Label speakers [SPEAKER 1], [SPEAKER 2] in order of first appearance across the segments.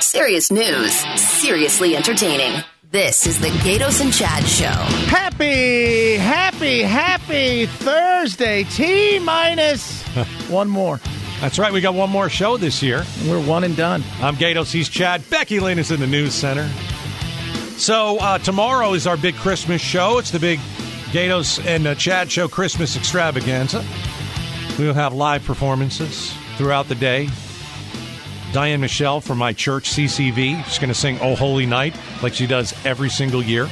[SPEAKER 1] Serious news, seriously entertaining. This is the Gatos and Chad Show.
[SPEAKER 2] Happy, happy, happy Thursday. T minus one more.
[SPEAKER 3] That's right. We got one more show this year.
[SPEAKER 2] We're one and done.
[SPEAKER 3] I'm Gatos. He's Chad. Becky Lynn is in the news center. So uh, tomorrow is our big Christmas show. It's the big Gatos and uh, Chad show Christmas extravaganza. We'll have live performances throughout the day. Diane Michelle from my church, CCV, she's going to sing "Oh Holy Night" like she does every single year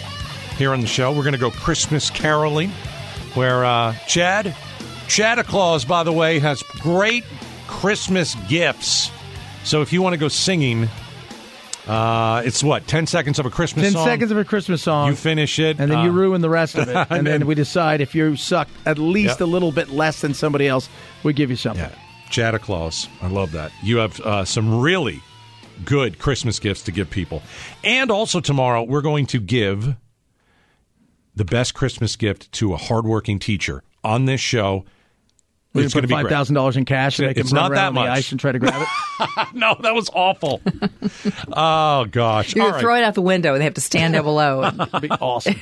[SPEAKER 3] here on the show. We're going to go Christmas caroling, where uh, Chad, Chad Claus, by the way, has great Christmas gifts. So if you want to go singing, uh, it's what ten seconds of a Christmas
[SPEAKER 2] 10
[SPEAKER 3] song.
[SPEAKER 2] seconds of a Christmas song.
[SPEAKER 3] You finish it,
[SPEAKER 2] and then you
[SPEAKER 3] um,
[SPEAKER 2] ruin the rest of it. And,
[SPEAKER 3] and
[SPEAKER 2] then,
[SPEAKER 3] then-
[SPEAKER 2] we decide if you suck at least
[SPEAKER 3] Yeah.
[SPEAKER 2] a little bit less than somebody else, we give you something.
[SPEAKER 3] Yeah, Chad Claus. I love that. You have uh, some really good Christmas gifts to give people, and also tomorrow we're going to give the best Christmas gift to a hardworking teacher on this show.
[SPEAKER 2] We're
[SPEAKER 3] it's
[SPEAKER 2] gonna
[SPEAKER 3] going to be
[SPEAKER 2] put
[SPEAKER 3] great.
[SPEAKER 2] $5,000 in cash and
[SPEAKER 3] It's-
[SPEAKER 2] make them
[SPEAKER 3] it's
[SPEAKER 2] run
[SPEAKER 3] not
[SPEAKER 2] around
[SPEAKER 3] that
[SPEAKER 2] on the
[SPEAKER 3] much.
[SPEAKER 2] ice and try to grab it.
[SPEAKER 3] No, that was awful. oh gosh!
[SPEAKER 4] You
[SPEAKER 3] All
[SPEAKER 4] could
[SPEAKER 3] right.
[SPEAKER 4] throw it out the window and they have to stand up below. And,
[SPEAKER 2] That'd be awesome.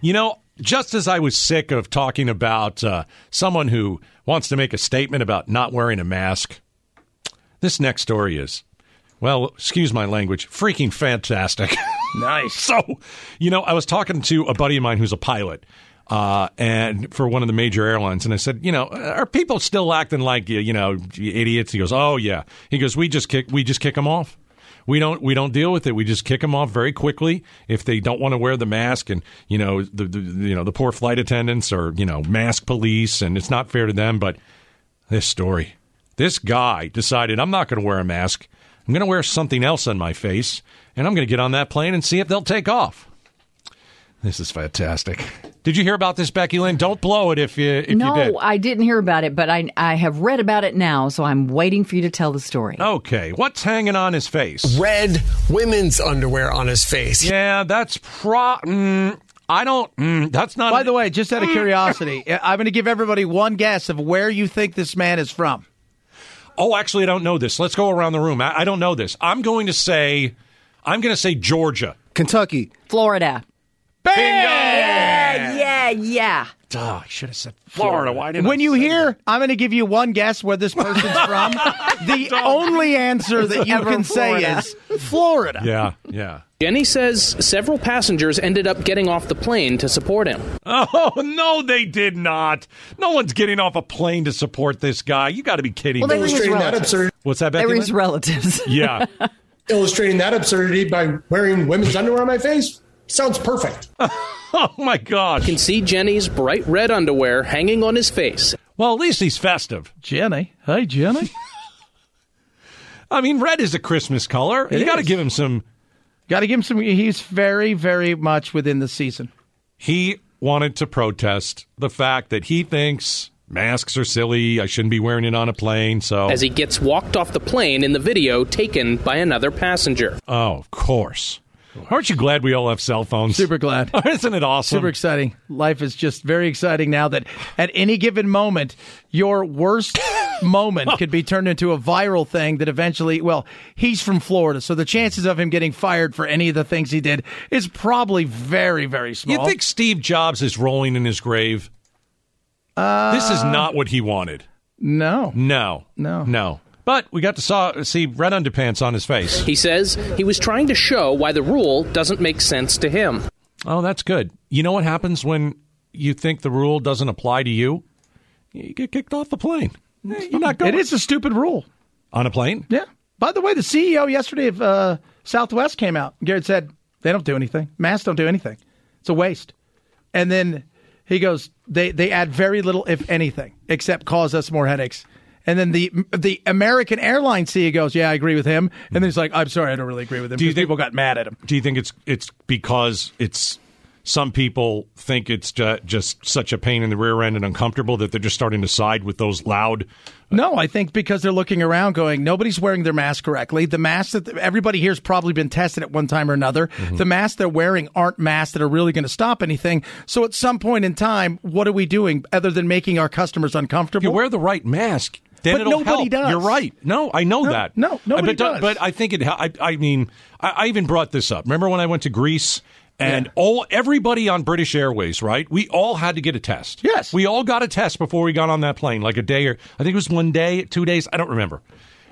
[SPEAKER 3] You know, just as I was sick of talking about uh, someone who wants to make a statement about not wearing a mask, this next story is, well, excuse my language, freaking fantastic.
[SPEAKER 2] nice.
[SPEAKER 3] so, you know, I was talking to a buddy of mine who's a pilot. Uh, and for one of the major airlines, and I said, you know, are people still acting like you you know you idiots? He goes, oh yeah. He goes, we just kick we just kick them off. We don't we don't deal with it. We just kick them off very quickly if they don't want to wear the mask, and you know the, the you know the poor flight attendants or you know mask police, and it's not fair to them. But this story. This guy decided I'm not going to wear a mask. I'm going to wear something else on my face, and I'm going to get on that plane and see if they'll take off. This is fantastic. Did you hear about this, Becky Lynn? Don't blow it if you if
[SPEAKER 4] no,
[SPEAKER 3] you did.
[SPEAKER 4] I didn't hear about it, but I I have read about it now, so I'm waiting for you to tell the story.
[SPEAKER 3] Oh. Okay, what's hanging on his face?
[SPEAKER 5] red women's underwear on his face.
[SPEAKER 3] Yeah, that's pro. Mm, I don't. Mm, that's not.
[SPEAKER 2] By the way, just out of curiosity, I'm going to give everybody one guess of where you think this man is from.
[SPEAKER 3] oh, actually, I don't know this. Let's go around the room. I, I don't know this. I'm going to say. I'm going to say Georgia.
[SPEAKER 6] Kentucky.
[SPEAKER 4] Florida.
[SPEAKER 3] Bingo!
[SPEAKER 4] Yeah, yeah.
[SPEAKER 3] Duh, I should have said Florida. Why didn't I
[SPEAKER 2] When you
[SPEAKER 3] say
[SPEAKER 2] hear, I'm going to give you one guess where this person's from. The only answer that you
[SPEAKER 4] Ever
[SPEAKER 2] can say
[SPEAKER 4] Florida.
[SPEAKER 2] is Florida.
[SPEAKER 3] Yeah, yeah.
[SPEAKER 7] Jenny says several passengers ended up getting off the plane to support him.
[SPEAKER 3] Oh no, they did not. No one's getting off a plane to support this guy. You got to be kidding
[SPEAKER 4] Well, they
[SPEAKER 3] me.
[SPEAKER 4] were his
[SPEAKER 6] Illustrating that,
[SPEAKER 4] relatives.
[SPEAKER 6] absurd,
[SPEAKER 3] What's that,
[SPEAKER 4] They
[SPEAKER 3] Becky?
[SPEAKER 4] were his
[SPEAKER 3] Lynn?
[SPEAKER 4] relatives.
[SPEAKER 3] yeah,
[SPEAKER 6] illustrating that absurdity by wearing women's underwear on my face sounds perfect.
[SPEAKER 3] Oh my gosh.
[SPEAKER 7] You can see Jenny's bright red underwear hanging on his face.
[SPEAKER 3] Well, at least he's festive.
[SPEAKER 2] Jenny. Hey, Jenny.
[SPEAKER 3] I mean, red is a Christmas color. you got to
[SPEAKER 2] is.
[SPEAKER 3] give him some.
[SPEAKER 2] Got to give him some. He's very, very much within the season.
[SPEAKER 3] He wanted to protest the fact that he thinks masks are silly. I shouldn't be wearing it on a plane. So,
[SPEAKER 7] As he gets walked off the plane in the video taken by another passenger.
[SPEAKER 3] oh, of course. Aren't you glad we all have cell phones? Oh,
[SPEAKER 2] Super glad.
[SPEAKER 3] Isn't it awesome?
[SPEAKER 2] Super exciting. Life is just very exciting now that at any given moment, your worst moment could be turned into a viral thing that eventually, well, he's from Florida, so the chances of him getting fired for any of the things he did is probably very, very small.
[SPEAKER 3] You think Steve Jobs is rolling in his grave?
[SPEAKER 4] Uh,
[SPEAKER 3] this is not what he wanted.
[SPEAKER 2] No.
[SPEAKER 3] No.
[SPEAKER 2] No.
[SPEAKER 3] No. But we got to saw, see red underpants on his face.
[SPEAKER 7] He says he was trying to show why the rule doesn't make sense to him.
[SPEAKER 3] Oh, that's good. You know what happens when you think the rule doesn't apply to you? You get kicked off the plane. Hey, You're not going
[SPEAKER 2] It is a stupid rule.
[SPEAKER 3] on a plane.
[SPEAKER 2] Yeah. By the way, the CEO yesterday of uh, Southwest came out. Garrett said they don't do anything. Masks don't do anything. It's a waste. And then he goes, they they add very little, if anything, except cause us more headaches. And then the the American airline CEO goes, yeah, I agree with him. And then he's like, I'm sorry, I don't really agree with him.
[SPEAKER 3] you
[SPEAKER 2] 'cause
[SPEAKER 3] think-
[SPEAKER 2] people got mad at him?
[SPEAKER 3] Do you think it's it's because it's some people think it's ju- just such a pain in the rear end and uncomfortable that they're just starting to side with those loud
[SPEAKER 2] No, I think because they're looking around, going, nobody's wearing their mask correctly. The masks that everybody here's probably been tested at one time or another. The masks they're wearing aren't masks that are really going to stop anything. So at some point in time, what are we doing other than making our customers uncomfortable?
[SPEAKER 3] you wear the right mask, then
[SPEAKER 2] But
[SPEAKER 3] it'll
[SPEAKER 2] nobody
[SPEAKER 3] help.
[SPEAKER 2] does.
[SPEAKER 3] You're right. No, I know that.
[SPEAKER 2] no, nobody
[SPEAKER 3] but, don't-
[SPEAKER 2] does.
[SPEAKER 3] But I think it. hel- I, I mean, I, I even brought this up. Remember when I went to Greece and all everybody on British Airways, right? We all had to get a test.
[SPEAKER 2] Yes.
[SPEAKER 3] we all got a test before we got on that plane, like a day or I think it was one day, two days. I don't remember.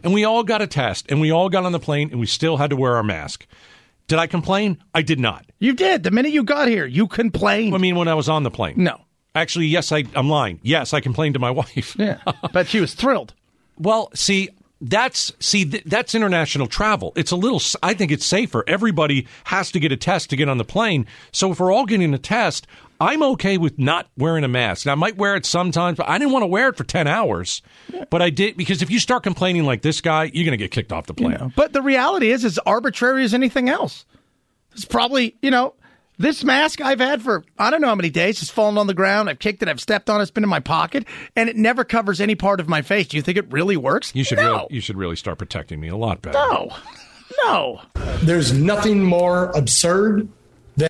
[SPEAKER 3] And we all got a test, and we all got on the plane, and we still had to wear our mask. Did I complain? I did not.
[SPEAKER 2] You did. The minute you got here, you complained.
[SPEAKER 3] I mean, when I was on the plane.
[SPEAKER 2] No.
[SPEAKER 3] Actually, yes, I, I'm lying. Yes, I complained to my wife.
[SPEAKER 2] yeah. but she was thrilled.
[SPEAKER 3] Well, see, that's see th- that's international travel. It's a little. s- I think it's safer. Everybody has to get a test to get on the plane. So if we're all getting a test, I'm okay with not wearing a mask. Now, I might wear it sometimes, but I didn't want to wear it for ten hours. But I did because if you start complaining like this guy, you're going to get kicked off the plane.
[SPEAKER 2] But the reality is, it's arbitrary as anything else. It's probably, you know, this mask I've had for I don't know how many days. It's fallen on the ground. I've kicked it. I've stepped on it. It's been in my pocket, and it never covers any part of my face. Do you think it really works?
[SPEAKER 3] You should
[SPEAKER 2] no.
[SPEAKER 3] really, you should really start protecting me a lot better.
[SPEAKER 2] no, no.
[SPEAKER 6] There's nothing more absurd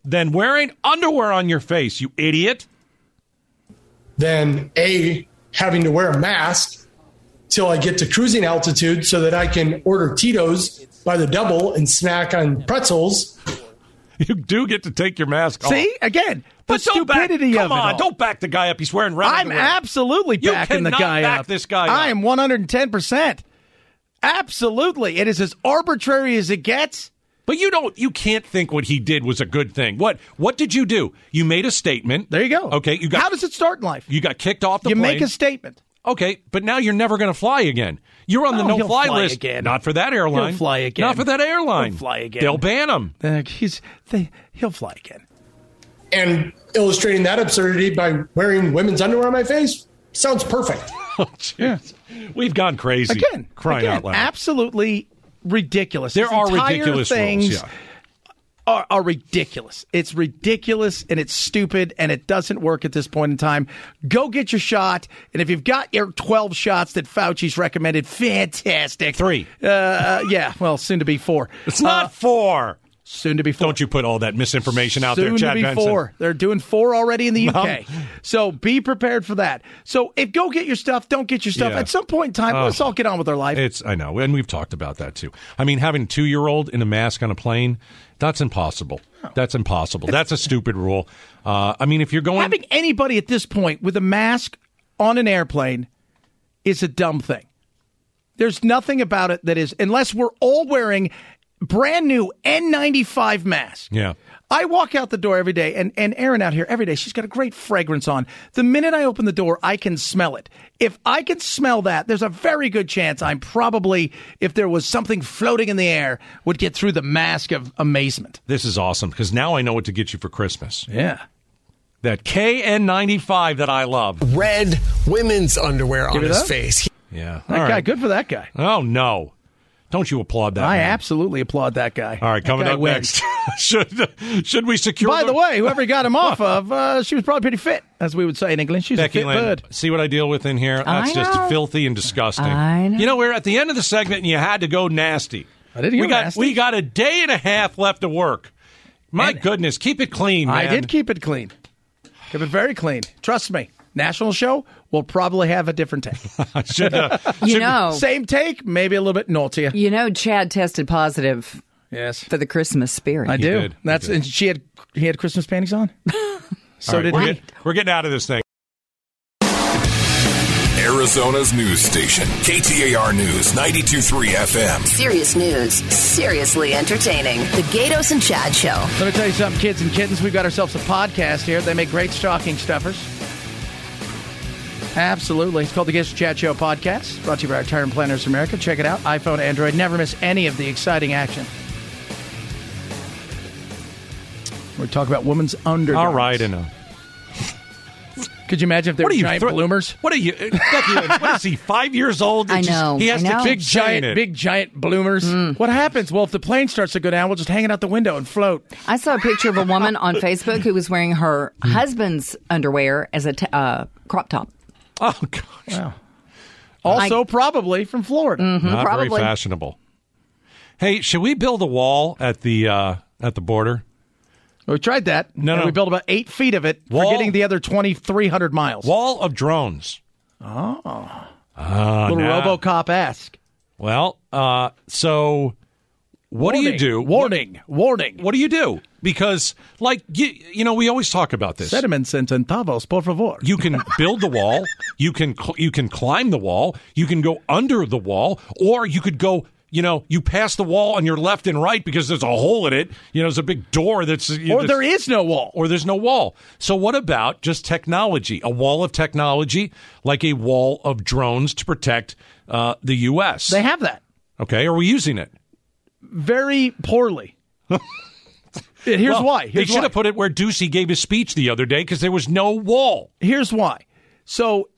[SPEAKER 3] Then wearing underwear on your face, you idiot.
[SPEAKER 6] than A, having to wear a mask till I get to cruising altitude so that I can order Tito's by the double and snack on pretzels.
[SPEAKER 3] You do get to take your mask off.
[SPEAKER 2] See again,
[SPEAKER 3] But
[SPEAKER 2] the
[SPEAKER 3] don't back-
[SPEAKER 2] stupidity
[SPEAKER 3] come
[SPEAKER 2] of it
[SPEAKER 3] on,
[SPEAKER 2] all.
[SPEAKER 3] don't back the guy up. He's wearing red.
[SPEAKER 2] I'm
[SPEAKER 3] underwear.
[SPEAKER 2] absolutely
[SPEAKER 3] You
[SPEAKER 2] backing the
[SPEAKER 3] cannot
[SPEAKER 2] guy
[SPEAKER 3] back
[SPEAKER 2] up.
[SPEAKER 3] this guy
[SPEAKER 2] I
[SPEAKER 3] up.
[SPEAKER 2] am 110. percent Absolutely, it is as arbitrary as it gets.
[SPEAKER 3] But you don't you can't think what he did was a good thing. What what did you do? You made a statement.
[SPEAKER 2] There you go.
[SPEAKER 3] Okay, you got
[SPEAKER 2] How does it start in life?
[SPEAKER 3] you got kicked off the
[SPEAKER 2] you
[SPEAKER 3] plane.
[SPEAKER 2] make a statement.
[SPEAKER 3] okay, but now you're never going to fly again. You're on the
[SPEAKER 2] Oh,
[SPEAKER 3] no
[SPEAKER 2] he'll
[SPEAKER 3] fly,
[SPEAKER 2] fly
[SPEAKER 3] list.
[SPEAKER 2] again.
[SPEAKER 3] Not for that airline.
[SPEAKER 2] He'll fly again.
[SPEAKER 3] Not for that airline.
[SPEAKER 2] He'll fly again.
[SPEAKER 3] They'll ban him.
[SPEAKER 2] Uh, he's they, he'll fly again.
[SPEAKER 6] And illustrating that absurdity by wearing women's underwear on my face sounds perfect.
[SPEAKER 3] Jeez. Oh, We've gone crazy.
[SPEAKER 2] Again,
[SPEAKER 3] crying
[SPEAKER 2] again,
[SPEAKER 3] out loud.
[SPEAKER 2] Absolutely ridiculous.
[SPEAKER 3] there
[SPEAKER 2] This
[SPEAKER 3] are
[SPEAKER 2] entire
[SPEAKER 3] ridiculous
[SPEAKER 2] things
[SPEAKER 3] rules. Yeah.
[SPEAKER 2] are, are ridiculous. It's ridiculous and it's stupid and it doesn't work at this point in time. Go get your shot, and if you've got your twelve shots that Fauci's recommended, fantastic.
[SPEAKER 3] Three.
[SPEAKER 2] Uh, uh, yeah. Well, soon to be four. Uh,
[SPEAKER 3] It's not four.
[SPEAKER 2] Soon to be four.
[SPEAKER 3] Don't you put all that misinformation out
[SPEAKER 2] Soon
[SPEAKER 3] there,
[SPEAKER 2] to
[SPEAKER 3] Chad
[SPEAKER 2] be
[SPEAKER 3] Benson.
[SPEAKER 2] four. They're doing four already in the UK. So be prepared for that. So if go get your stuff, don't get your stuff.
[SPEAKER 3] Yeah.
[SPEAKER 2] At some point in time, let's all get on with our life.
[SPEAKER 3] It's I know, and we've talked about that too. I mean, having a two year old in a mask on a plane, that's impossible. That's impossible. That's a stupid rule. Uh, I mean, if you're going,
[SPEAKER 2] Having anybody at this point with a mask on an airplane is a dumb thing. There's nothing about it that is, unless we're all wearing brand new N95 masks.
[SPEAKER 3] Yeah.
[SPEAKER 2] I walk out the door every day, and, and Erin out here every day, she's got a great fragrance on. The minute I open the door, I can smell it. If I can smell that, there's a very good chance I'm probably, if there was something floating in the air, would get through the mask of amazement.
[SPEAKER 3] this is awesome because now I know what to get you for Christmas.
[SPEAKER 2] Yeah.
[SPEAKER 3] That KN95 that I love.
[SPEAKER 5] Red women's underwear on
[SPEAKER 2] it
[SPEAKER 5] his
[SPEAKER 2] up.
[SPEAKER 5] face.
[SPEAKER 3] Yeah.
[SPEAKER 2] That
[SPEAKER 3] All
[SPEAKER 2] guy,
[SPEAKER 3] right.
[SPEAKER 2] good for that guy.
[SPEAKER 3] Oh no! Don't you applaud that?
[SPEAKER 2] I
[SPEAKER 3] man.
[SPEAKER 2] absolutely applaud that guy.
[SPEAKER 3] Uh-huh. All right, coming
[SPEAKER 2] That guy
[SPEAKER 3] up
[SPEAKER 2] wins.
[SPEAKER 3] next. should should we secure?
[SPEAKER 2] By the way, whoever he got him off of, uh, she was probably pretty fit, as we would say in England. She's
[SPEAKER 3] Becky
[SPEAKER 2] a fit
[SPEAKER 3] Lynn,
[SPEAKER 2] bird.
[SPEAKER 3] see what I deal with in here? That's
[SPEAKER 4] I
[SPEAKER 3] just
[SPEAKER 4] know.
[SPEAKER 3] filthy and disgusting.
[SPEAKER 4] I know.
[SPEAKER 3] You know, we're at the end of the segment, and you had to go nasty.
[SPEAKER 2] I didn't
[SPEAKER 3] we
[SPEAKER 2] go
[SPEAKER 3] got
[SPEAKER 2] nasty.
[SPEAKER 3] we got a day and a half left to work. My goodness, keep it clean, man.
[SPEAKER 2] I did keep it clean. Kept it very clean. Trust me. National show, we'll probably have a different take.
[SPEAKER 3] I should, uh,
[SPEAKER 4] You
[SPEAKER 3] should-
[SPEAKER 4] know,
[SPEAKER 2] Same take, maybe a little bit naughtier.
[SPEAKER 4] you know, Chad tested positive
[SPEAKER 2] Yes,
[SPEAKER 4] for the Christmas spirit.
[SPEAKER 2] I do.
[SPEAKER 3] did. He
[SPEAKER 2] That's
[SPEAKER 3] did.
[SPEAKER 2] and she had he had Christmas panties on. so
[SPEAKER 3] All right,
[SPEAKER 2] did
[SPEAKER 3] we're,
[SPEAKER 2] he.
[SPEAKER 3] get- we're getting out of this thing.
[SPEAKER 8] Arizona's news station, KTAR News 923 FM.
[SPEAKER 1] Serious news, seriously entertaining. The Gatos and Chad Show.
[SPEAKER 2] Let me tell you something, kids and kittens. We've got ourselves a podcast here. They make great stocking stuffers. Absolutely. It's called the Gifts Chat Show Podcast, brought to you by our Retirement Planners of America. Check it out. iPhone, Android. Never miss any of the exciting action. We're talking about women's undergarments.
[SPEAKER 3] All right, enough.
[SPEAKER 2] Could you imagine if they were
[SPEAKER 3] What are you
[SPEAKER 2] giant
[SPEAKER 3] thro-
[SPEAKER 2] bloomers?
[SPEAKER 3] What are you, uh, Becky? Lynn, what is he? Five years old?
[SPEAKER 4] I
[SPEAKER 3] It's just-
[SPEAKER 4] know,
[SPEAKER 3] he has
[SPEAKER 4] I
[SPEAKER 3] to
[SPEAKER 4] know.
[SPEAKER 3] keep
[SPEAKER 2] Big
[SPEAKER 3] saying
[SPEAKER 2] giant,
[SPEAKER 3] it.
[SPEAKER 2] big giant bloomers. What happens? Well, if the plane starts to go down, we'll just hang it out the window and float.
[SPEAKER 4] I saw a picture of a woman on Facebook who was wearing her
[SPEAKER 3] Mm-hmm.
[SPEAKER 4] husband's underwear as a t- uh, crop top.
[SPEAKER 3] Oh gosh.
[SPEAKER 2] Also, probably from Florida.
[SPEAKER 3] Not very
[SPEAKER 4] probably.
[SPEAKER 3] fashionable. Hey, should we build a wall at the uh, at the border?
[SPEAKER 2] We tried that.
[SPEAKER 3] No,
[SPEAKER 2] and
[SPEAKER 3] no.
[SPEAKER 2] We built about eight feet of it,
[SPEAKER 3] Wall-
[SPEAKER 2] forgetting the other 2,300 miles.
[SPEAKER 3] Wall of drones. Oh. Uh,
[SPEAKER 2] Little
[SPEAKER 3] nah.
[SPEAKER 2] RoboCop esque.
[SPEAKER 3] Well, uh, so what do you do?
[SPEAKER 9] Warning. Warning.
[SPEAKER 3] What do you do? Because, like, you, you know, we always talk about this.
[SPEAKER 2] Sediments and centavos, por favor.
[SPEAKER 3] You can build the wall. You can cl- you can climb the wall. You can go under the wall, or you could go. You know, you pass the wall on your left and right because there's a hole in it. You know, there's a big door that's. You know,
[SPEAKER 2] or there
[SPEAKER 3] that's-
[SPEAKER 2] is no wall.
[SPEAKER 3] or there's no wall. So what about just technology? A wall of technology, like a wall of drones to protect uh, the U.S.
[SPEAKER 2] They have that
[SPEAKER 3] okay, are we using it?
[SPEAKER 2] very poorly. And here's
[SPEAKER 3] Well,
[SPEAKER 2] why. Here's
[SPEAKER 3] Oh, they should
[SPEAKER 2] why.
[SPEAKER 3] have put it where Ducey gave his speech the other day because there was no wall.
[SPEAKER 2] here's why. So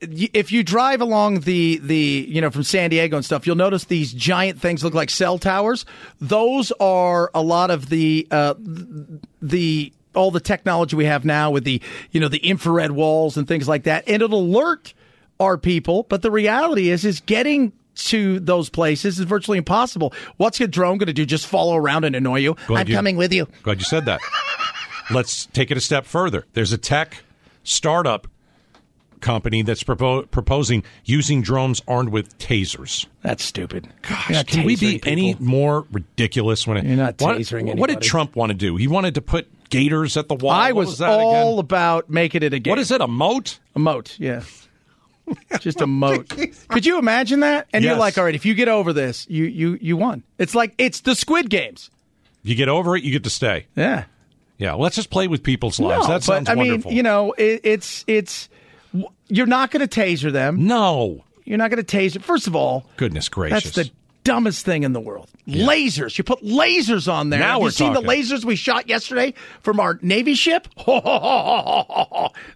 [SPEAKER 2] y- if you drive along the the you know from San Diego and stuff, you'll notice these giant things look like cell towers. Those are a lot of the uh, th- the all the technology we have now with the you know the infrared walls and things like that, and it'll alert our people. But the reality is, is getting to those places is virtually impossible. What's a drone going to do? Just follow around and annoy you?
[SPEAKER 3] Glad
[SPEAKER 2] I'm
[SPEAKER 3] you-
[SPEAKER 2] coming with you.
[SPEAKER 3] Glad you said that. Let's take it a step further. There's a tech startup company that's propo- proposing using drones armed with tasers.
[SPEAKER 2] That's stupid.
[SPEAKER 3] Gosh, can we be any more ridiculous when it,
[SPEAKER 2] You're not
[SPEAKER 3] what,
[SPEAKER 2] tasering
[SPEAKER 3] What did
[SPEAKER 2] anybody.
[SPEAKER 3] Trump want to do? He wanted to put gators at the wall.
[SPEAKER 2] I
[SPEAKER 3] What
[SPEAKER 2] was,
[SPEAKER 3] was, that
[SPEAKER 2] all
[SPEAKER 3] again?
[SPEAKER 2] about making it a game.
[SPEAKER 3] What is it? A moat?
[SPEAKER 2] A moat, yeah. Just a moat. Could you imagine that? And you're
[SPEAKER 3] Yes.
[SPEAKER 2] like, all right, if you get over this, you you you won. It's like it's the Squid Games.
[SPEAKER 3] You get over it, you get to stay.
[SPEAKER 2] Yeah.
[SPEAKER 3] Yeah, well, let's just play with people's lives. that sounds
[SPEAKER 2] but, I mean,
[SPEAKER 3] wonderful.
[SPEAKER 2] you know, it, it's it's w- you're not going to taser them.
[SPEAKER 3] no,
[SPEAKER 2] You're not going to taser. First of all,
[SPEAKER 3] goodness gracious.
[SPEAKER 2] that's the dumbest thing in the world. Lasers. You put lasers on there.
[SPEAKER 3] Now
[SPEAKER 2] Have you
[SPEAKER 3] we're
[SPEAKER 2] seen the
[SPEAKER 3] talking.
[SPEAKER 2] lasers we shot yesterday from our Navy ship?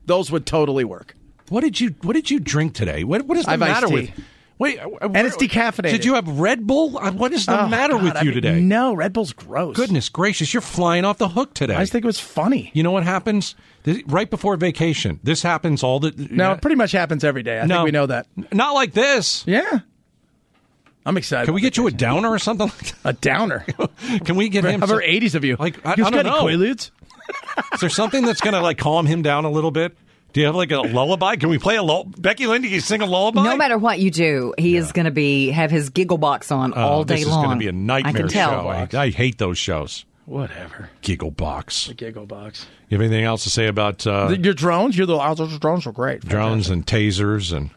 [SPEAKER 2] Those would totally work.
[SPEAKER 3] What did you What did you drink today? What What is the
[SPEAKER 2] I've iced
[SPEAKER 3] matter
[SPEAKER 2] tea.
[SPEAKER 3] with? Wait, and
[SPEAKER 2] it's decaffeinated.
[SPEAKER 3] Did you have Red Bull? Uh, What is the
[SPEAKER 2] Oh,
[SPEAKER 3] matter
[SPEAKER 2] God,
[SPEAKER 3] with
[SPEAKER 2] I
[SPEAKER 3] you
[SPEAKER 2] mean,
[SPEAKER 3] today?
[SPEAKER 2] No, Red Bull's gross.
[SPEAKER 3] Goodness gracious, you're flying off the hook today.
[SPEAKER 2] I just think it was funny.
[SPEAKER 3] you know what happens This- right before vacation. This happens all the uh,
[SPEAKER 2] No, it pretty much happens every day. I
[SPEAKER 3] No.
[SPEAKER 2] think we know that.
[SPEAKER 3] Not like this.
[SPEAKER 2] Yeah. I'm excited.
[SPEAKER 3] Can we
[SPEAKER 2] about
[SPEAKER 3] get you a downer or something? like
[SPEAKER 2] that. a downer?
[SPEAKER 3] that? Can we get him?
[SPEAKER 2] How
[SPEAKER 3] some-
[SPEAKER 2] about 80s of you?
[SPEAKER 3] Like, I- I
[SPEAKER 2] You've
[SPEAKER 3] don't
[SPEAKER 2] got
[SPEAKER 3] know.
[SPEAKER 2] any Quaaludes?
[SPEAKER 3] Is there something that's going to like calm him down a little bit? Do you have like a lullaby? Can we play a lull? Becky Lynn, can you sing a lullaby?
[SPEAKER 4] No matter what you do, he is going to be have his giggle box on
[SPEAKER 3] Oh,
[SPEAKER 4] all day
[SPEAKER 3] this
[SPEAKER 4] long.
[SPEAKER 3] is going to be a
[SPEAKER 4] I
[SPEAKER 3] nightmare
[SPEAKER 4] can tell.
[SPEAKER 3] show. I, I hate those shows.
[SPEAKER 2] Whatever.
[SPEAKER 3] Giggle box.
[SPEAKER 2] Giggle box.
[SPEAKER 3] You have anything else to say about uh,
[SPEAKER 2] Your drones? Your little oh, those drones were great.
[SPEAKER 3] drones and tasers and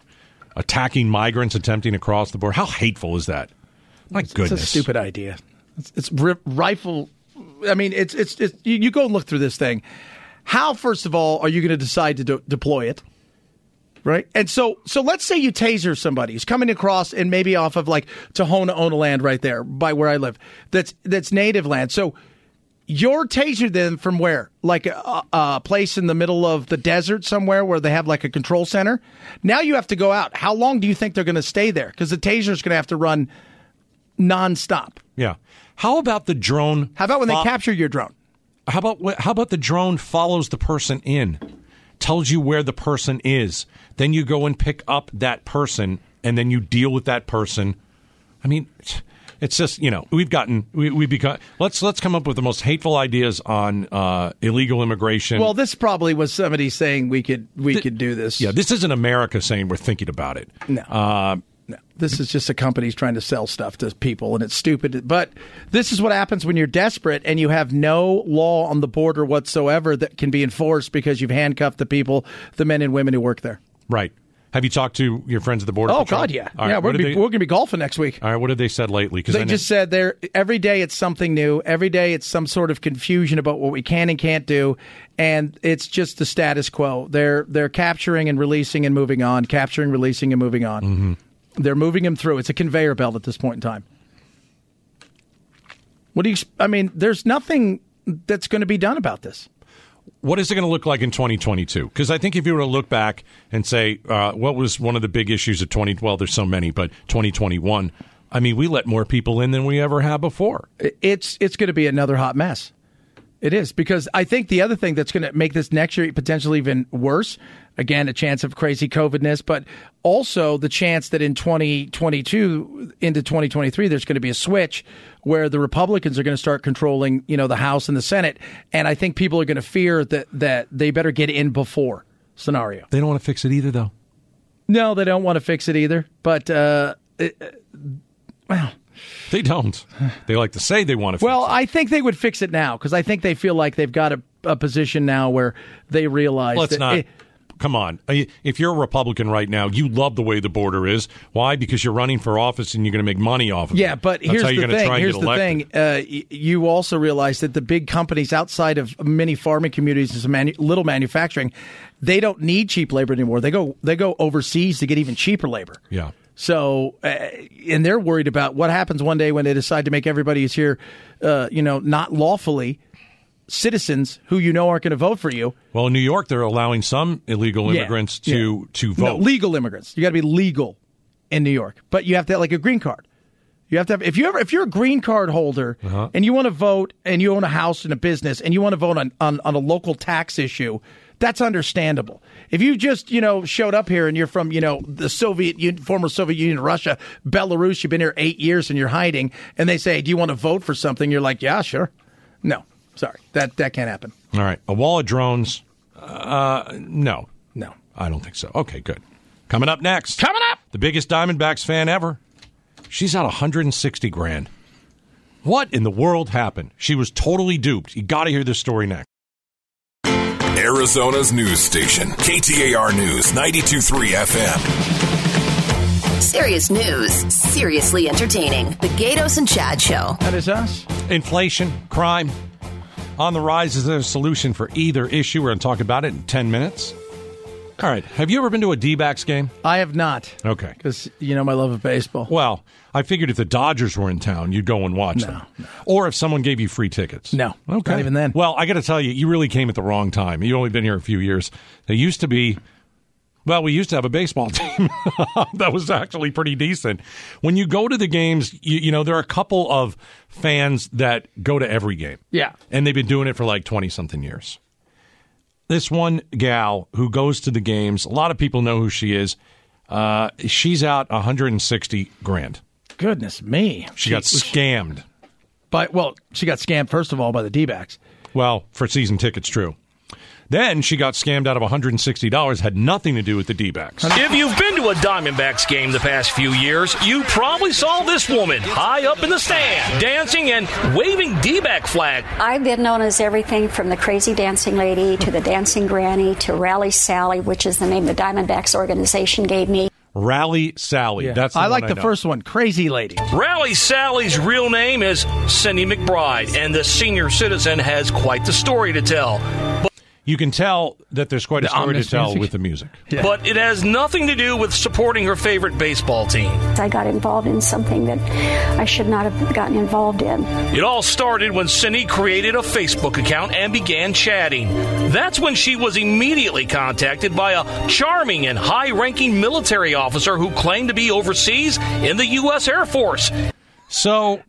[SPEAKER 3] attacking migrants attempting to cross the border? How hateful is that? My
[SPEAKER 2] It's
[SPEAKER 3] goodness.
[SPEAKER 2] a stupid idea. It's, it's ri rifle. I mean, it's it's, it's you, you go and look through this thing. How first of all are you going to decide to de- deploy it? Right, and so so let's say you taser somebody who's coming across and maybe off of like Tohono O'odell land right there by where I live. That's that's native land. So you're tasered then from where? Like a, a place in the middle of the desert somewhere where they have like a control center. Now you have to go out. How long do you think they're going to stay there? Because the taser's going to have to run nonstop.
[SPEAKER 3] Yeah. How about the drone?
[SPEAKER 2] How about when
[SPEAKER 3] fo-
[SPEAKER 2] they capture your drone?
[SPEAKER 3] How about wh- how about the drone follows the person in, tells you where the person is, then you go and pick up that person, and then you deal with that person. I mean, it's- it's just you know we've gotten we we become let's let's come up with the most hateful ideas on uh, illegal immigration.
[SPEAKER 2] Well, this probably was somebody saying we could we could do this.
[SPEAKER 3] yeah, this isn't America saying we're thinking about it.
[SPEAKER 2] No.
[SPEAKER 3] Uh,
[SPEAKER 2] this is just a company's trying to sell stuff to people, and it's stupid. But this is what happens when you're desperate and you have no law on the border whatsoever that can be enforced because you've handcuffed the people, the men and women who work there.
[SPEAKER 3] right. Have you talked to your friends at the border?
[SPEAKER 2] Oh
[SPEAKER 3] Patrol?
[SPEAKER 2] God, yeah,
[SPEAKER 3] All right,
[SPEAKER 2] yeah.
[SPEAKER 3] what
[SPEAKER 2] We're
[SPEAKER 3] did
[SPEAKER 2] gonna, be,
[SPEAKER 3] they-
[SPEAKER 2] we're gonna be golfing next week.
[SPEAKER 3] all right. What have they said lately? Because
[SPEAKER 2] They just said there every day it's something new. Every day it's some sort of confusion about what we can and can't do, and it's just the status quo. They're they're capturing and releasing and moving on, capturing, releasing, and moving on. They're moving them through. It's a conveyor belt at this point in time. What do you? ex- I mean, there's nothing that's going to be done about this.
[SPEAKER 3] what is it going to look like in 2022? Because I think if you were to look back and say, uh, what was one of the big issues of 20? Well, there's so many, but 2021. I mean, we let more people in than we ever have before.
[SPEAKER 2] it's it's going to be another hot mess. It is because I think the other thing that's going to make this next year potentially even worse, again, a chance of crazy COVIDness, but also the chance that in 2022 into 2023, there's going to be a switch where the Republicans are going to start controlling, you know, the House and the Senate, and I think people are going to fear that that they better get in before scenario.
[SPEAKER 3] They don't want to fix it either, though.
[SPEAKER 2] No, they don't want to fix it either. But uh,
[SPEAKER 3] They don't. They like to say they want to.
[SPEAKER 2] Well, I think they would fix it now because I think they feel like they've got a, a position now where they realize.
[SPEAKER 3] Let's
[SPEAKER 2] that
[SPEAKER 3] not.
[SPEAKER 2] it-
[SPEAKER 3] come on. I- If you're a Republican right now, you love the way the border is. Why? Because you're running for office and you're going to make money off of it.
[SPEAKER 2] yeah, but
[SPEAKER 3] That's
[SPEAKER 2] here's
[SPEAKER 3] how you're
[SPEAKER 2] the
[SPEAKER 3] gonna
[SPEAKER 2] thing.
[SPEAKER 3] Try and
[SPEAKER 2] Here's
[SPEAKER 3] get
[SPEAKER 2] the
[SPEAKER 3] elected.
[SPEAKER 2] thing. Uh, y- you also realize that the big companies outside of many farming communities and some manu- little manufacturing, they don't need cheap labor anymore. They go they go overseas to get even cheaper labor.
[SPEAKER 3] Yeah.
[SPEAKER 2] So, uh, and they're worried about what happens one day when they decide to make everybody who's here, uh, you know, not lawfully citizens who you know aren't going to vote for you.
[SPEAKER 3] Well, in New York, they're allowing some illegal
[SPEAKER 2] Yeah.
[SPEAKER 3] immigrants
[SPEAKER 2] Yeah.
[SPEAKER 3] to to
[SPEAKER 2] No,
[SPEAKER 3] vote.
[SPEAKER 2] legal immigrants. You got to be legal in New York, but you have to have like a green card. You have to have if you ever if you're a green card holder
[SPEAKER 3] Uh-huh.
[SPEAKER 2] and you want to vote and you own a house and a business and you want to vote on, on on a local tax issue, that's understandable. If you just you know showed up here and you're from you know the Soviet Un- former Soviet Union, Russia, Belarus, you've been here eight years and you're hiding, and they say, "Do you want to vote for something?" You're like, "Yeah, sure." No, sorry, that that can't happen.
[SPEAKER 3] All right, a wall of drones. Uh, no,
[SPEAKER 2] No.
[SPEAKER 3] I don't think so. Okay, good. Coming up next. Coming up, the biggest Diamondbacks fan ever. She's out 160 grand. What in the world happened? She was totally duped. You got to hear this story next.
[SPEAKER 8] Arizona's news station, KTAR News 923 FM.
[SPEAKER 1] Serious news, seriously entertaining. The Gatos and Chad Show.
[SPEAKER 2] That is us.
[SPEAKER 3] Inflation, crime, on the rise. Is there a solution for either issue? We're going to talk about it in 10 minutes. All right. Have you ever been to a D-backs game?
[SPEAKER 2] I have not.
[SPEAKER 3] Okay.
[SPEAKER 2] Because you know my love of baseball.
[SPEAKER 3] Well, I figured if the Dodgers were in town, you'd go and watch them. Or if someone gave you free tickets.
[SPEAKER 2] No,
[SPEAKER 3] Okay.
[SPEAKER 2] not even then.
[SPEAKER 3] Well, I got to tell you, you really came at the wrong time. You've only been here a few years. There used to be, well, we used to have a baseball team that was actually pretty decent. When you go to the games, you, you know, there are a couple of fans that go to every game.
[SPEAKER 2] Yeah.
[SPEAKER 3] And they've been doing it for like 20 something years. This one gal who goes to the games, a lot of people know who she is. Uh, she's out 160 grand.
[SPEAKER 2] Goodness me.
[SPEAKER 3] She got scammed.
[SPEAKER 2] By, well, she got scammed, first of all, by the D backs.
[SPEAKER 3] Well, for season tickets, true. Then she got scammed out of $160, had nothing to do with the D backs.
[SPEAKER 9] If you've been to a Diamondbacks game the past few years, you probably saw this woman high up in the stand, dancing and waving D-back flag.
[SPEAKER 10] I've been known as everything from the crazy dancing lady to the dancing granny to Rally Sally, which is the name the Diamondbacks organization gave me.
[SPEAKER 3] Rally Sally. That's the
[SPEAKER 2] I
[SPEAKER 3] one
[SPEAKER 2] like the
[SPEAKER 3] know.
[SPEAKER 2] first one, Crazy Lady.
[SPEAKER 9] Rally Sally's real name is Cindy McBride, and the senior citizen has quite the story to tell. But,
[SPEAKER 3] You can tell that there's quite a
[SPEAKER 2] The
[SPEAKER 3] story to
[SPEAKER 2] ominous
[SPEAKER 3] tell
[SPEAKER 2] music.
[SPEAKER 3] with the music.
[SPEAKER 9] but it has nothing to do with supporting her favorite baseball team.
[SPEAKER 10] I got involved in something that I should not have gotten involved in.
[SPEAKER 9] It all started when Cindy created a Facebook account and began chatting. That's when she was immediately contacted by a charming and high ranking military officer who claimed to be overseas in the U.S. Air Force.
[SPEAKER 3] So,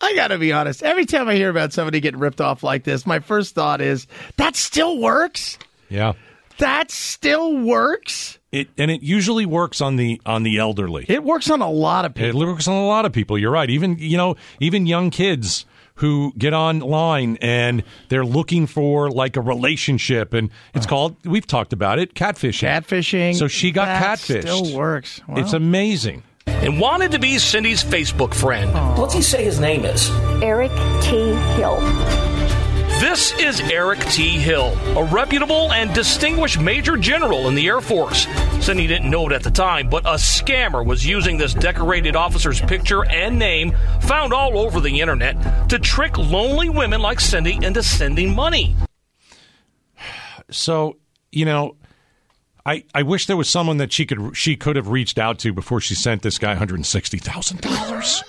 [SPEAKER 2] I got to be honest. Every time I hear about somebody getting ripped off like this, my first thought is that still works?
[SPEAKER 3] yeah.
[SPEAKER 2] That still works?
[SPEAKER 3] It, and it usually works on the on the elderly.
[SPEAKER 2] It works on a lot of people.
[SPEAKER 3] It works on a lot of people. You're right. Even you know, even young kids who get online and they're looking for like a relationship, and it's called. We've talked about it, catfishing.
[SPEAKER 2] Catfishing.
[SPEAKER 3] So she got
[SPEAKER 2] that
[SPEAKER 3] catfished.
[SPEAKER 2] still works. Wow.
[SPEAKER 3] It's amazing.
[SPEAKER 9] and wanted to be Cindy's Facebook friend.
[SPEAKER 11] What's he say his name is?
[SPEAKER 10] Eric T. Hill.
[SPEAKER 9] This is Eric T. Hill, a reputable and distinguished major general in the Air Force. Cindy didn't know it at the time, but a scammer was using this decorated officer's picture and name, found all over the internet, to trick lonely women like Cindy into sending money.
[SPEAKER 3] So you know, I I wish there was someone that she could she could have reached out to before she sent this guy 160 thousand dollars,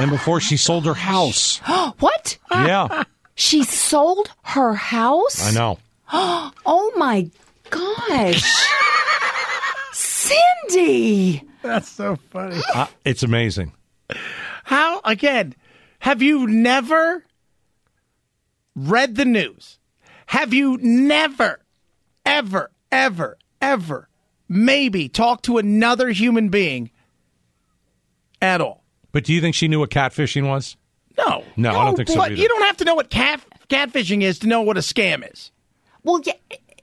[SPEAKER 3] and before she sold her house.
[SPEAKER 4] What?
[SPEAKER 3] Yeah,
[SPEAKER 4] She sold her house?
[SPEAKER 3] I know.
[SPEAKER 4] Oh my gosh. Cindy.
[SPEAKER 2] That's so funny.
[SPEAKER 3] Uh, it's amazing.
[SPEAKER 2] How, again, have you never read the news? Have you never, ever, ever, ever, maybe talked to another human being at all?
[SPEAKER 3] But do you think she knew what catfishing was?
[SPEAKER 2] No.
[SPEAKER 3] No, I don't think so
[SPEAKER 2] but
[SPEAKER 3] either.
[SPEAKER 2] You don't have to know what cat, catfishing is to know what a scam is.
[SPEAKER 4] Well, yeah,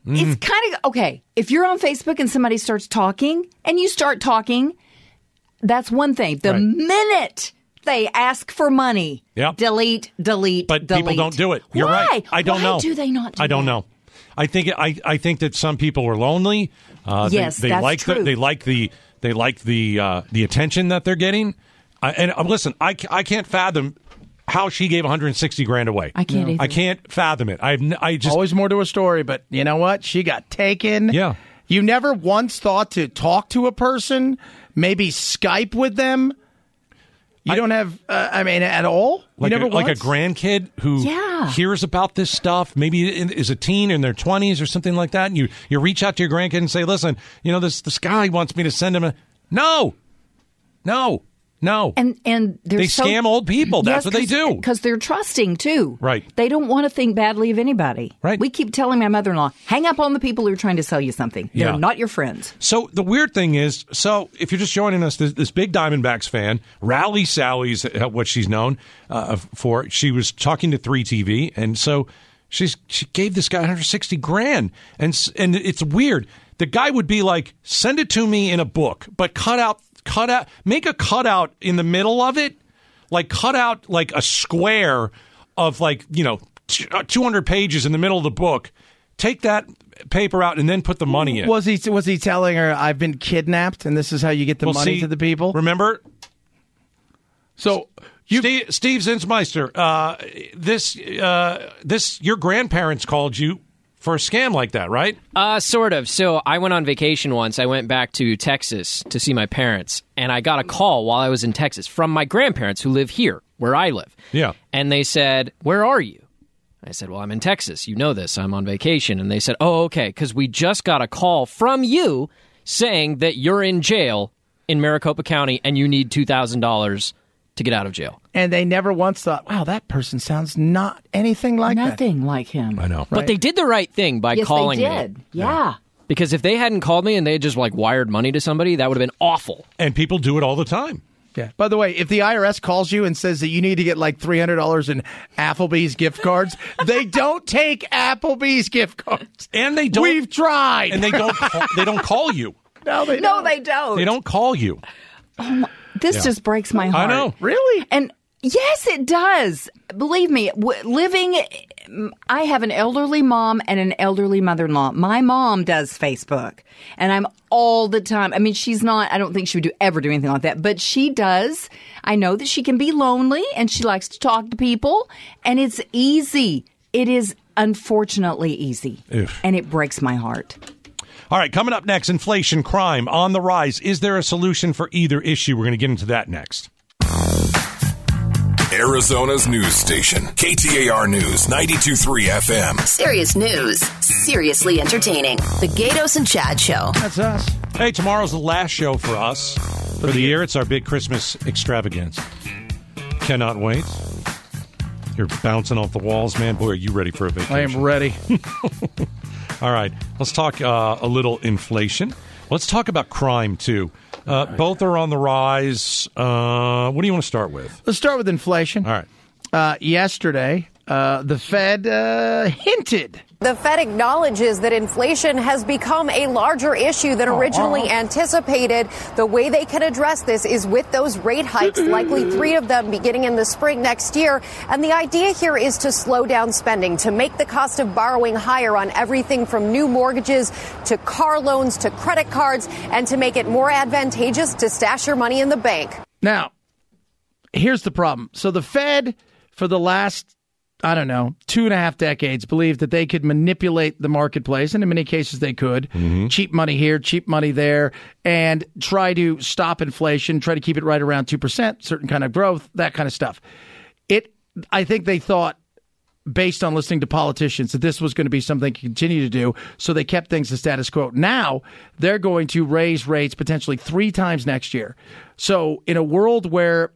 [SPEAKER 4] It's
[SPEAKER 3] Mm.
[SPEAKER 4] kind of okay. If you're on Facebook and somebody starts talking and you start talking, that's one thing. The
[SPEAKER 3] Right.
[SPEAKER 4] minute they ask for money,
[SPEAKER 3] Yep.
[SPEAKER 4] delete, delete,
[SPEAKER 3] but people
[SPEAKER 4] delete.
[SPEAKER 3] don't do it. You're
[SPEAKER 4] Why?
[SPEAKER 3] right. I don't
[SPEAKER 4] Why
[SPEAKER 3] know.
[SPEAKER 4] do they not do
[SPEAKER 3] I don't
[SPEAKER 4] that?
[SPEAKER 3] know. I think I, I think that some people are lonely. Uh, they-
[SPEAKER 4] Yes,
[SPEAKER 3] they,
[SPEAKER 4] that's
[SPEAKER 3] like The,
[SPEAKER 4] true.
[SPEAKER 3] they like the they like the uh, the attention that they're getting. I, and uh, listen, I, ca- I can't fathom how she gave 160 grand away. I
[SPEAKER 4] can't No. either.
[SPEAKER 3] I can't fathom it. I've n- I just
[SPEAKER 2] Always more to a story, but you know what? She got taken.
[SPEAKER 3] Yeah.
[SPEAKER 2] You never once thought to talk to a person, maybe Skype with them. You don't have, uh, I mean, at all.
[SPEAKER 3] like
[SPEAKER 2] you never
[SPEAKER 3] a, like a
[SPEAKER 2] once?
[SPEAKER 3] grandkid who
[SPEAKER 4] Yeah.
[SPEAKER 3] hears about this stuff, maybe in, is a teen in their twenties or something like that, and you you reach out to your grandkid and say, "Listen, you know this this guy wants me to send him a no, no, no."
[SPEAKER 4] And and they're
[SPEAKER 3] They
[SPEAKER 4] so-
[SPEAKER 3] scam old people. That's
[SPEAKER 4] Yes,
[SPEAKER 3] what they
[SPEAKER 4] 'cause-
[SPEAKER 3] do.
[SPEAKER 4] because they're trusting too.
[SPEAKER 3] Right.
[SPEAKER 4] They don't want to think badly of anybody.
[SPEAKER 3] Right.
[SPEAKER 4] We keep telling my mother-in-law, hang up on the people who are trying to sell you something. They're
[SPEAKER 3] Yeah.
[SPEAKER 4] not your friends.
[SPEAKER 3] So the weird thing is, so if you're just joining us, this, this big Diamondbacks fan, Rally Sally's uh, what she's known uh, for. She was talking to Three TV, and so she's she gave this guy 160 grand, and s- and it's weird. The guy would be like, "Send it to me in a book, but cut out, cut out, make a cutout in the middle of it, like cut out like a square of like you know." t- uh, 200 pages in the middle of the book. Take that paper out and then put the money in.
[SPEAKER 2] Was he was he telling her I've been kidnapped and this is how you get the
[SPEAKER 3] Well,
[SPEAKER 2] money
[SPEAKER 3] see,
[SPEAKER 2] to the people?
[SPEAKER 3] Remember,
[SPEAKER 2] So
[SPEAKER 3] Steve, Steve Zinsmeister, uh, this uh, this your grandparents called you for a scam like that, right?
[SPEAKER 11] Uh, sort of. So I went on vacation once. I went back to Texas to see my parents, and I got a call while I was in Texas from my grandparents who live here, where I live.
[SPEAKER 3] Yeah.
[SPEAKER 11] And they said, Where are you? I said, Well, I'm in Texas. You know this. I'm on vacation. And they said, Oh, okay. Because we just got a call from you saying that you're in jail in Maricopa County and you need $2,000 to get out of jail.
[SPEAKER 2] and they never once thought, wow, that person sounds not anything like that.
[SPEAKER 4] Nothing like him. I
[SPEAKER 3] know.
[SPEAKER 11] But they did the right thing by
[SPEAKER 4] yes,
[SPEAKER 11] calling
[SPEAKER 4] they
[SPEAKER 11] me.
[SPEAKER 4] did. Yeah.
[SPEAKER 11] Because if they hadn't called me and they had just like wired money to somebody, that would have been awful.
[SPEAKER 3] And people do it all the time.
[SPEAKER 2] Yeah. By the way, if the IRS calls you and says that you need to get like three hundred dollars in Applebee's gift cards, they don't take Applebee's gift cards.
[SPEAKER 3] And they don't-
[SPEAKER 2] We've tried.
[SPEAKER 3] And they don't call, they don't call you.
[SPEAKER 2] no, they
[SPEAKER 4] No,
[SPEAKER 2] don't.
[SPEAKER 4] they don't.
[SPEAKER 3] They don't call you.
[SPEAKER 4] This
[SPEAKER 3] Yeah.
[SPEAKER 4] just breaks my
[SPEAKER 3] I
[SPEAKER 4] heart.
[SPEAKER 3] know.
[SPEAKER 2] really.
[SPEAKER 4] And yes, it does. Believe me, w- living, I have an elderly mom and an elderly mother in law. My mom does Facebook, and I'm all the time. I mean, she's not, I don't think she would do, ever do anything like that, but she does. I know that she can be lonely and she likes to talk to people, and it's easy. It is unfortunately easy.
[SPEAKER 3] Oof.
[SPEAKER 4] And it breaks my heart.
[SPEAKER 3] All right, coming up next, inflation, crime on the rise. Is there a solution for either issue? We're going to get into that next.
[SPEAKER 8] Arizona's news station, KTAR News 923 FM.
[SPEAKER 1] Serious news, seriously entertaining. The Gatos and Chad Show.
[SPEAKER 2] That's us.
[SPEAKER 3] Hey, tomorrow's the last show for us for the year. It's our big Christmas extravaganza. Cannot wait. You're bouncing off the walls, man. Boy, are you ready for a vacation?
[SPEAKER 2] I am ready.
[SPEAKER 3] All right, let's talk uh, a little inflation. Let's talk about crime too. Uh, both are on the rise. Uh, what do you want to start with?
[SPEAKER 2] Let's start with inflation.
[SPEAKER 3] All right,
[SPEAKER 2] Uh, yesterday, uh, the Fed uh, hinted
[SPEAKER 12] The Fed acknowledges that inflation has become a larger issue than originally anticipated. The way they can address this is with those rate hikes, likely three of them beginning in the spring next year. And the idea here is to slow down spending, to make the cost of borrowing higher on everything from new mortgages to car loans to credit cards, and to make it more advantageous to stash your money in the bank.
[SPEAKER 2] Now, here's the problem. So the Fed, for the last, I don't know, two and a half decades, believed that they could manipulate the marketplace, and in many cases they could. Cheap money here, cheap money there, and try to stop inflation, try to keep it right around 2%, certain kind of growth, that kind of stuff. It, I think they thought based on listening to politicians that this was going to be something to continue to do so they kept things the status quo now they're going to raise rates potentially three times next year so in a world where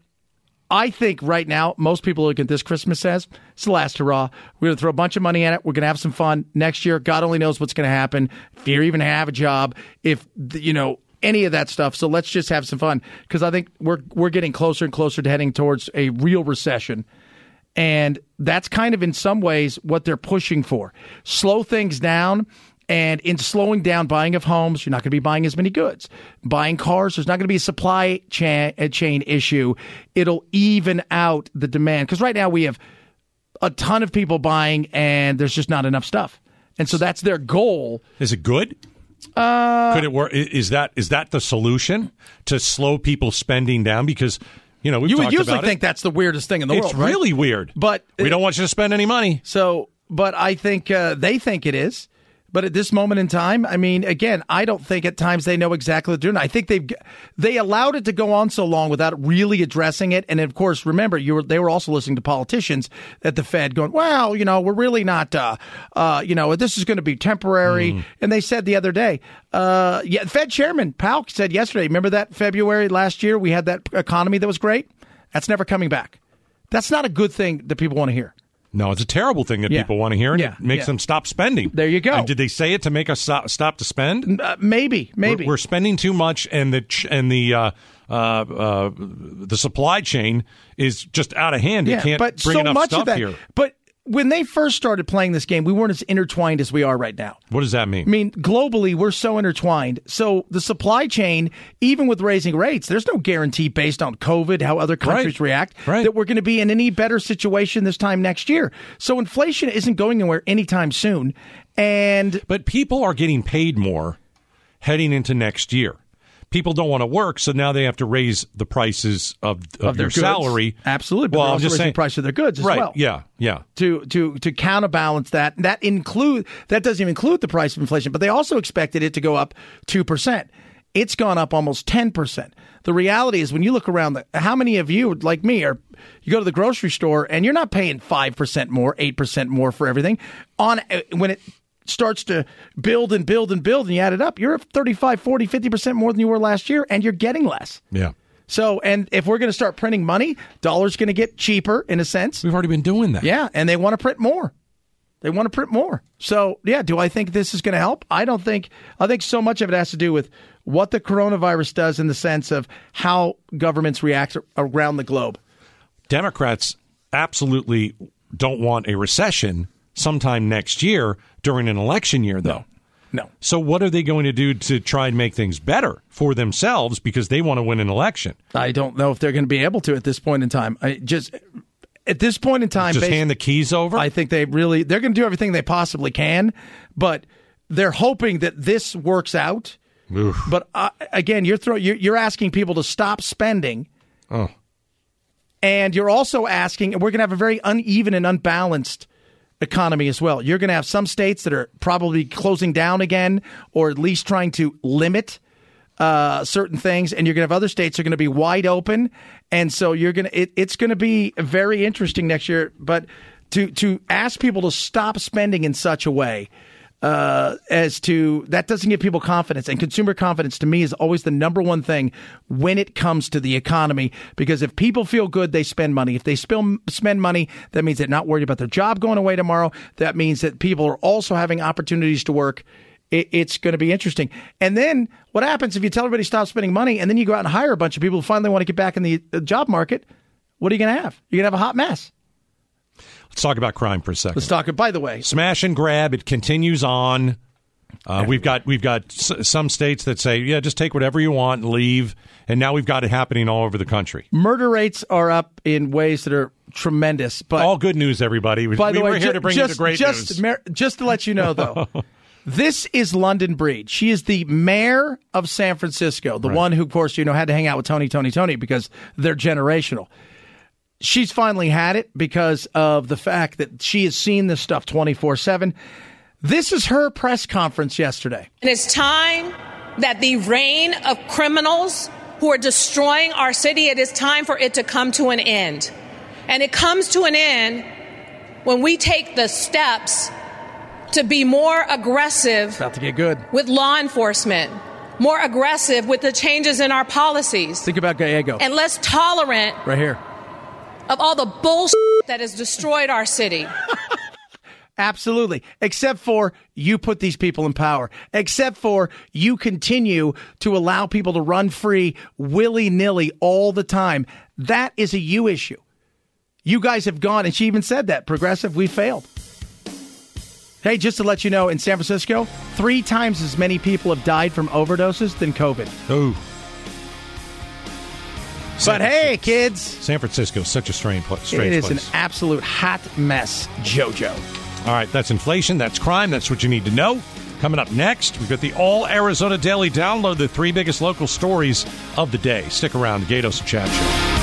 [SPEAKER 2] I think right now most people look at this Christmas as it's the last hurrah. We're going to throw a bunch of money at it. We're going to have some fun next year. God only knows what's going to happen. If you even have a job, if th- you know any of that stuff. So let's just have some fun because I think we're we're getting closer and closer to heading towards a real recession. And that's kind of in some ways what they're pushing for. Slow things down And in slowing down buying of homes, you're not going to be buying as many goods. Buying cars, there's not going to be a supply cha- uh, chain issue. It'll even out the demand. Because right now we have a ton of people buying and there's just not enough stuff. And so that's their goal.
[SPEAKER 3] Is it good?
[SPEAKER 2] Uh,
[SPEAKER 3] Could it work? i- Is that is that the solution to slow people spending down? Because you know we've
[SPEAKER 2] you would
[SPEAKER 3] talked
[SPEAKER 2] usually
[SPEAKER 3] about it.
[SPEAKER 2] think that's the weirdest thing in the
[SPEAKER 3] it's
[SPEAKER 2] world. right?
[SPEAKER 3] really weird.
[SPEAKER 2] But
[SPEAKER 3] we don't want you to spend any money.
[SPEAKER 2] So, but I think uh, they think it is. But at this moment in time, I mean, again, I don't think at times they know exactly what they're doing. I think they've they allowed it to go on so long without really addressing it. And of course, remember, you were they were also listening to politicians at the Fed going, "Well, you know, we're really not, uh, uh, you know, this is going to be temporary." And they said the other day, uh, yeah, Fed Chairman Powell said yesterday, remember that February last year we had that economy that was great. That's never coming back. That's not a good thing that people want to hear.
[SPEAKER 3] No, it's a terrible thing that
[SPEAKER 2] Yeah.
[SPEAKER 3] people want to hear, and
[SPEAKER 2] Yeah,
[SPEAKER 3] it makes
[SPEAKER 2] yeah.
[SPEAKER 3] them stop spending. There
[SPEAKER 2] you go.
[SPEAKER 3] And did they say it to make us stop, stop to spend?
[SPEAKER 2] Uh, maybe, maybe.
[SPEAKER 3] We're, we're spending too much, and the ch- and the uh, uh, uh, the supply chain is just out of hand.
[SPEAKER 2] yeah,
[SPEAKER 3] it can't
[SPEAKER 2] but
[SPEAKER 3] bring
[SPEAKER 2] so
[SPEAKER 3] enough
[SPEAKER 2] much
[SPEAKER 3] stuff
[SPEAKER 2] of that.
[SPEAKER 3] here.
[SPEAKER 2] But when they first started playing this game, we weren't as intertwined as we are right now.
[SPEAKER 3] What does that mean?
[SPEAKER 2] I mean, globally, we're so intertwined. So the supply chain, even with raising rates, there's no guarantee based on COVID, how other countries
[SPEAKER 3] Right.
[SPEAKER 2] react,
[SPEAKER 3] Right.
[SPEAKER 2] that we're going to be in any better situation this time next year. So inflation isn't going anywhere anytime soon. And
[SPEAKER 3] But people are getting paid more heading into next year. People don't want to work, so now they have to raise the prices of, of,
[SPEAKER 2] Of their
[SPEAKER 3] your
[SPEAKER 2] goods.
[SPEAKER 3] salary.
[SPEAKER 2] Absolutely, but
[SPEAKER 3] well,
[SPEAKER 2] they're
[SPEAKER 3] I'm
[SPEAKER 2] also
[SPEAKER 3] just
[SPEAKER 2] raising
[SPEAKER 3] saying,
[SPEAKER 2] price of their goods as
[SPEAKER 3] right?
[SPEAKER 2] well.
[SPEAKER 3] Yeah, yeah.
[SPEAKER 2] to to to counterbalance that. And that include that doesn't even include the price of inflation, but they also expected it to go up two percent. It's gone up almost ten percent. The reality is, when you look around, the, how many of you, like me, are you go to the grocery store and you're not paying five percent more, eight percent more for everything? On uh, when it starts to build and build and build, and you add it up, you're up 35, 40, 50 percent more than you were last year, and you're getting less.
[SPEAKER 3] Yeah.
[SPEAKER 2] So, and if we're going to start printing money, dollar's going to get cheaper in a sense.
[SPEAKER 3] We've already been doing that.
[SPEAKER 2] Yeah, and they want to print more. They want to print more. So, yeah, do I think this is going to help? I don't think. I think so much of it has to do with what the coronavirus does in the sense of how governments react around the globe.
[SPEAKER 3] Democrats absolutely don't want a recession sometime next year during an election year, though.
[SPEAKER 2] No.
[SPEAKER 3] So what are they going to do to try and make things better for themselves because they want to win an election?
[SPEAKER 2] I don't know if they're going to be able to at this point in time. I just at this point in time,
[SPEAKER 3] Just
[SPEAKER 2] based-
[SPEAKER 3] hand the keys over.
[SPEAKER 2] I think they really they're going to do everything they possibly can, but they're hoping that this works out. But uh, again, you're throw you're, you're asking people to stop spending.
[SPEAKER 3] Oh.
[SPEAKER 2] And you're also asking, and we're going to have a very uneven and unbalanced economy as well. You're going to have some states that are probably closing down again, or at least trying to limit uh, certain things, and you're going to have other states that are going to be wide open. And so you're going to it, it's going to be very interesting next year. But to to ask people to stop spending in such a way uh, as to that doesn't give people confidence. And consumer confidence to me is always the number one thing when it comes to the economy. Because if people feel good, they spend money. If they spill, spend money, that means they're not worried about their job going away tomorrow. That means that people are also having opportunities to work. It, it's going to be interesting. And then what happens if you tell everybody stop spending money and then you go out and hire a bunch of people who finally want to get back in the uh, job market? What are you going to have? You're going to have a hot mess.
[SPEAKER 3] Let's talk about crime for a second.
[SPEAKER 2] Let's talk. By the way,
[SPEAKER 3] smash and grab. It continues on. Uh, we've got we've got s- some states that say, yeah, just take whatever you want, and leave, and now we've got it happening all over the country.
[SPEAKER 2] murder rates are up in ways that are tremendous. But
[SPEAKER 3] all good news, everybody. We,
[SPEAKER 2] By the
[SPEAKER 3] we
[SPEAKER 2] way,
[SPEAKER 3] were here
[SPEAKER 2] ju-
[SPEAKER 3] to bring
[SPEAKER 2] just,
[SPEAKER 3] you the great
[SPEAKER 2] just,
[SPEAKER 3] news.
[SPEAKER 2] Mar- just to let you know, though, this is London Breed. She is the mayor of San Francisco, the one who, of course, you know, had to hang out with Tony, Tony, Tony because they're generational. She's finally had it because of the fact that she has seen this stuff 24 7. This is her press conference yesterday.
[SPEAKER 13] And it's time that the reign of criminals who are destroying our city, it is time for it to come to an end. And it comes to an end when we take the steps to be more aggressive
[SPEAKER 2] About to get good.
[SPEAKER 13] with law enforcement, more aggressive with the changes in our policies,
[SPEAKER 2] Think about Gallego
[SPEAKER 13] and less tolerant
[SPEAKER 2] right here.
[SPEAKER 13] of all the bullshit that has destroyed our city.
[SPEAKER 2] Absolutely. Except for you put these people in power. Except for you continue to allow people to run free willy nilly all the time. That is a you issue. You guys have gone, and she even said that progressive, we failed. Hey, just to let you know, in San Francisco, three times as many people have died from overdoses than COVID.
[SPEAKER 3] Ooh.
[SPEAKER 2] But hey, kids. San
[SPEAKER 3] Francisco is such a strange, pla- strange
[SPEAKER 2] It is
[SPEAKER 3] place.
[SPEAKER 2] an absolute hot mess, JoJo.
[SPEAKER 3] All right, that's inflation, that's crime, that's what you need to know. Coming up next, we've got the All Arizona Daily Download, the three biggest local stories of the day. Stick around, Gatos and Chad Show.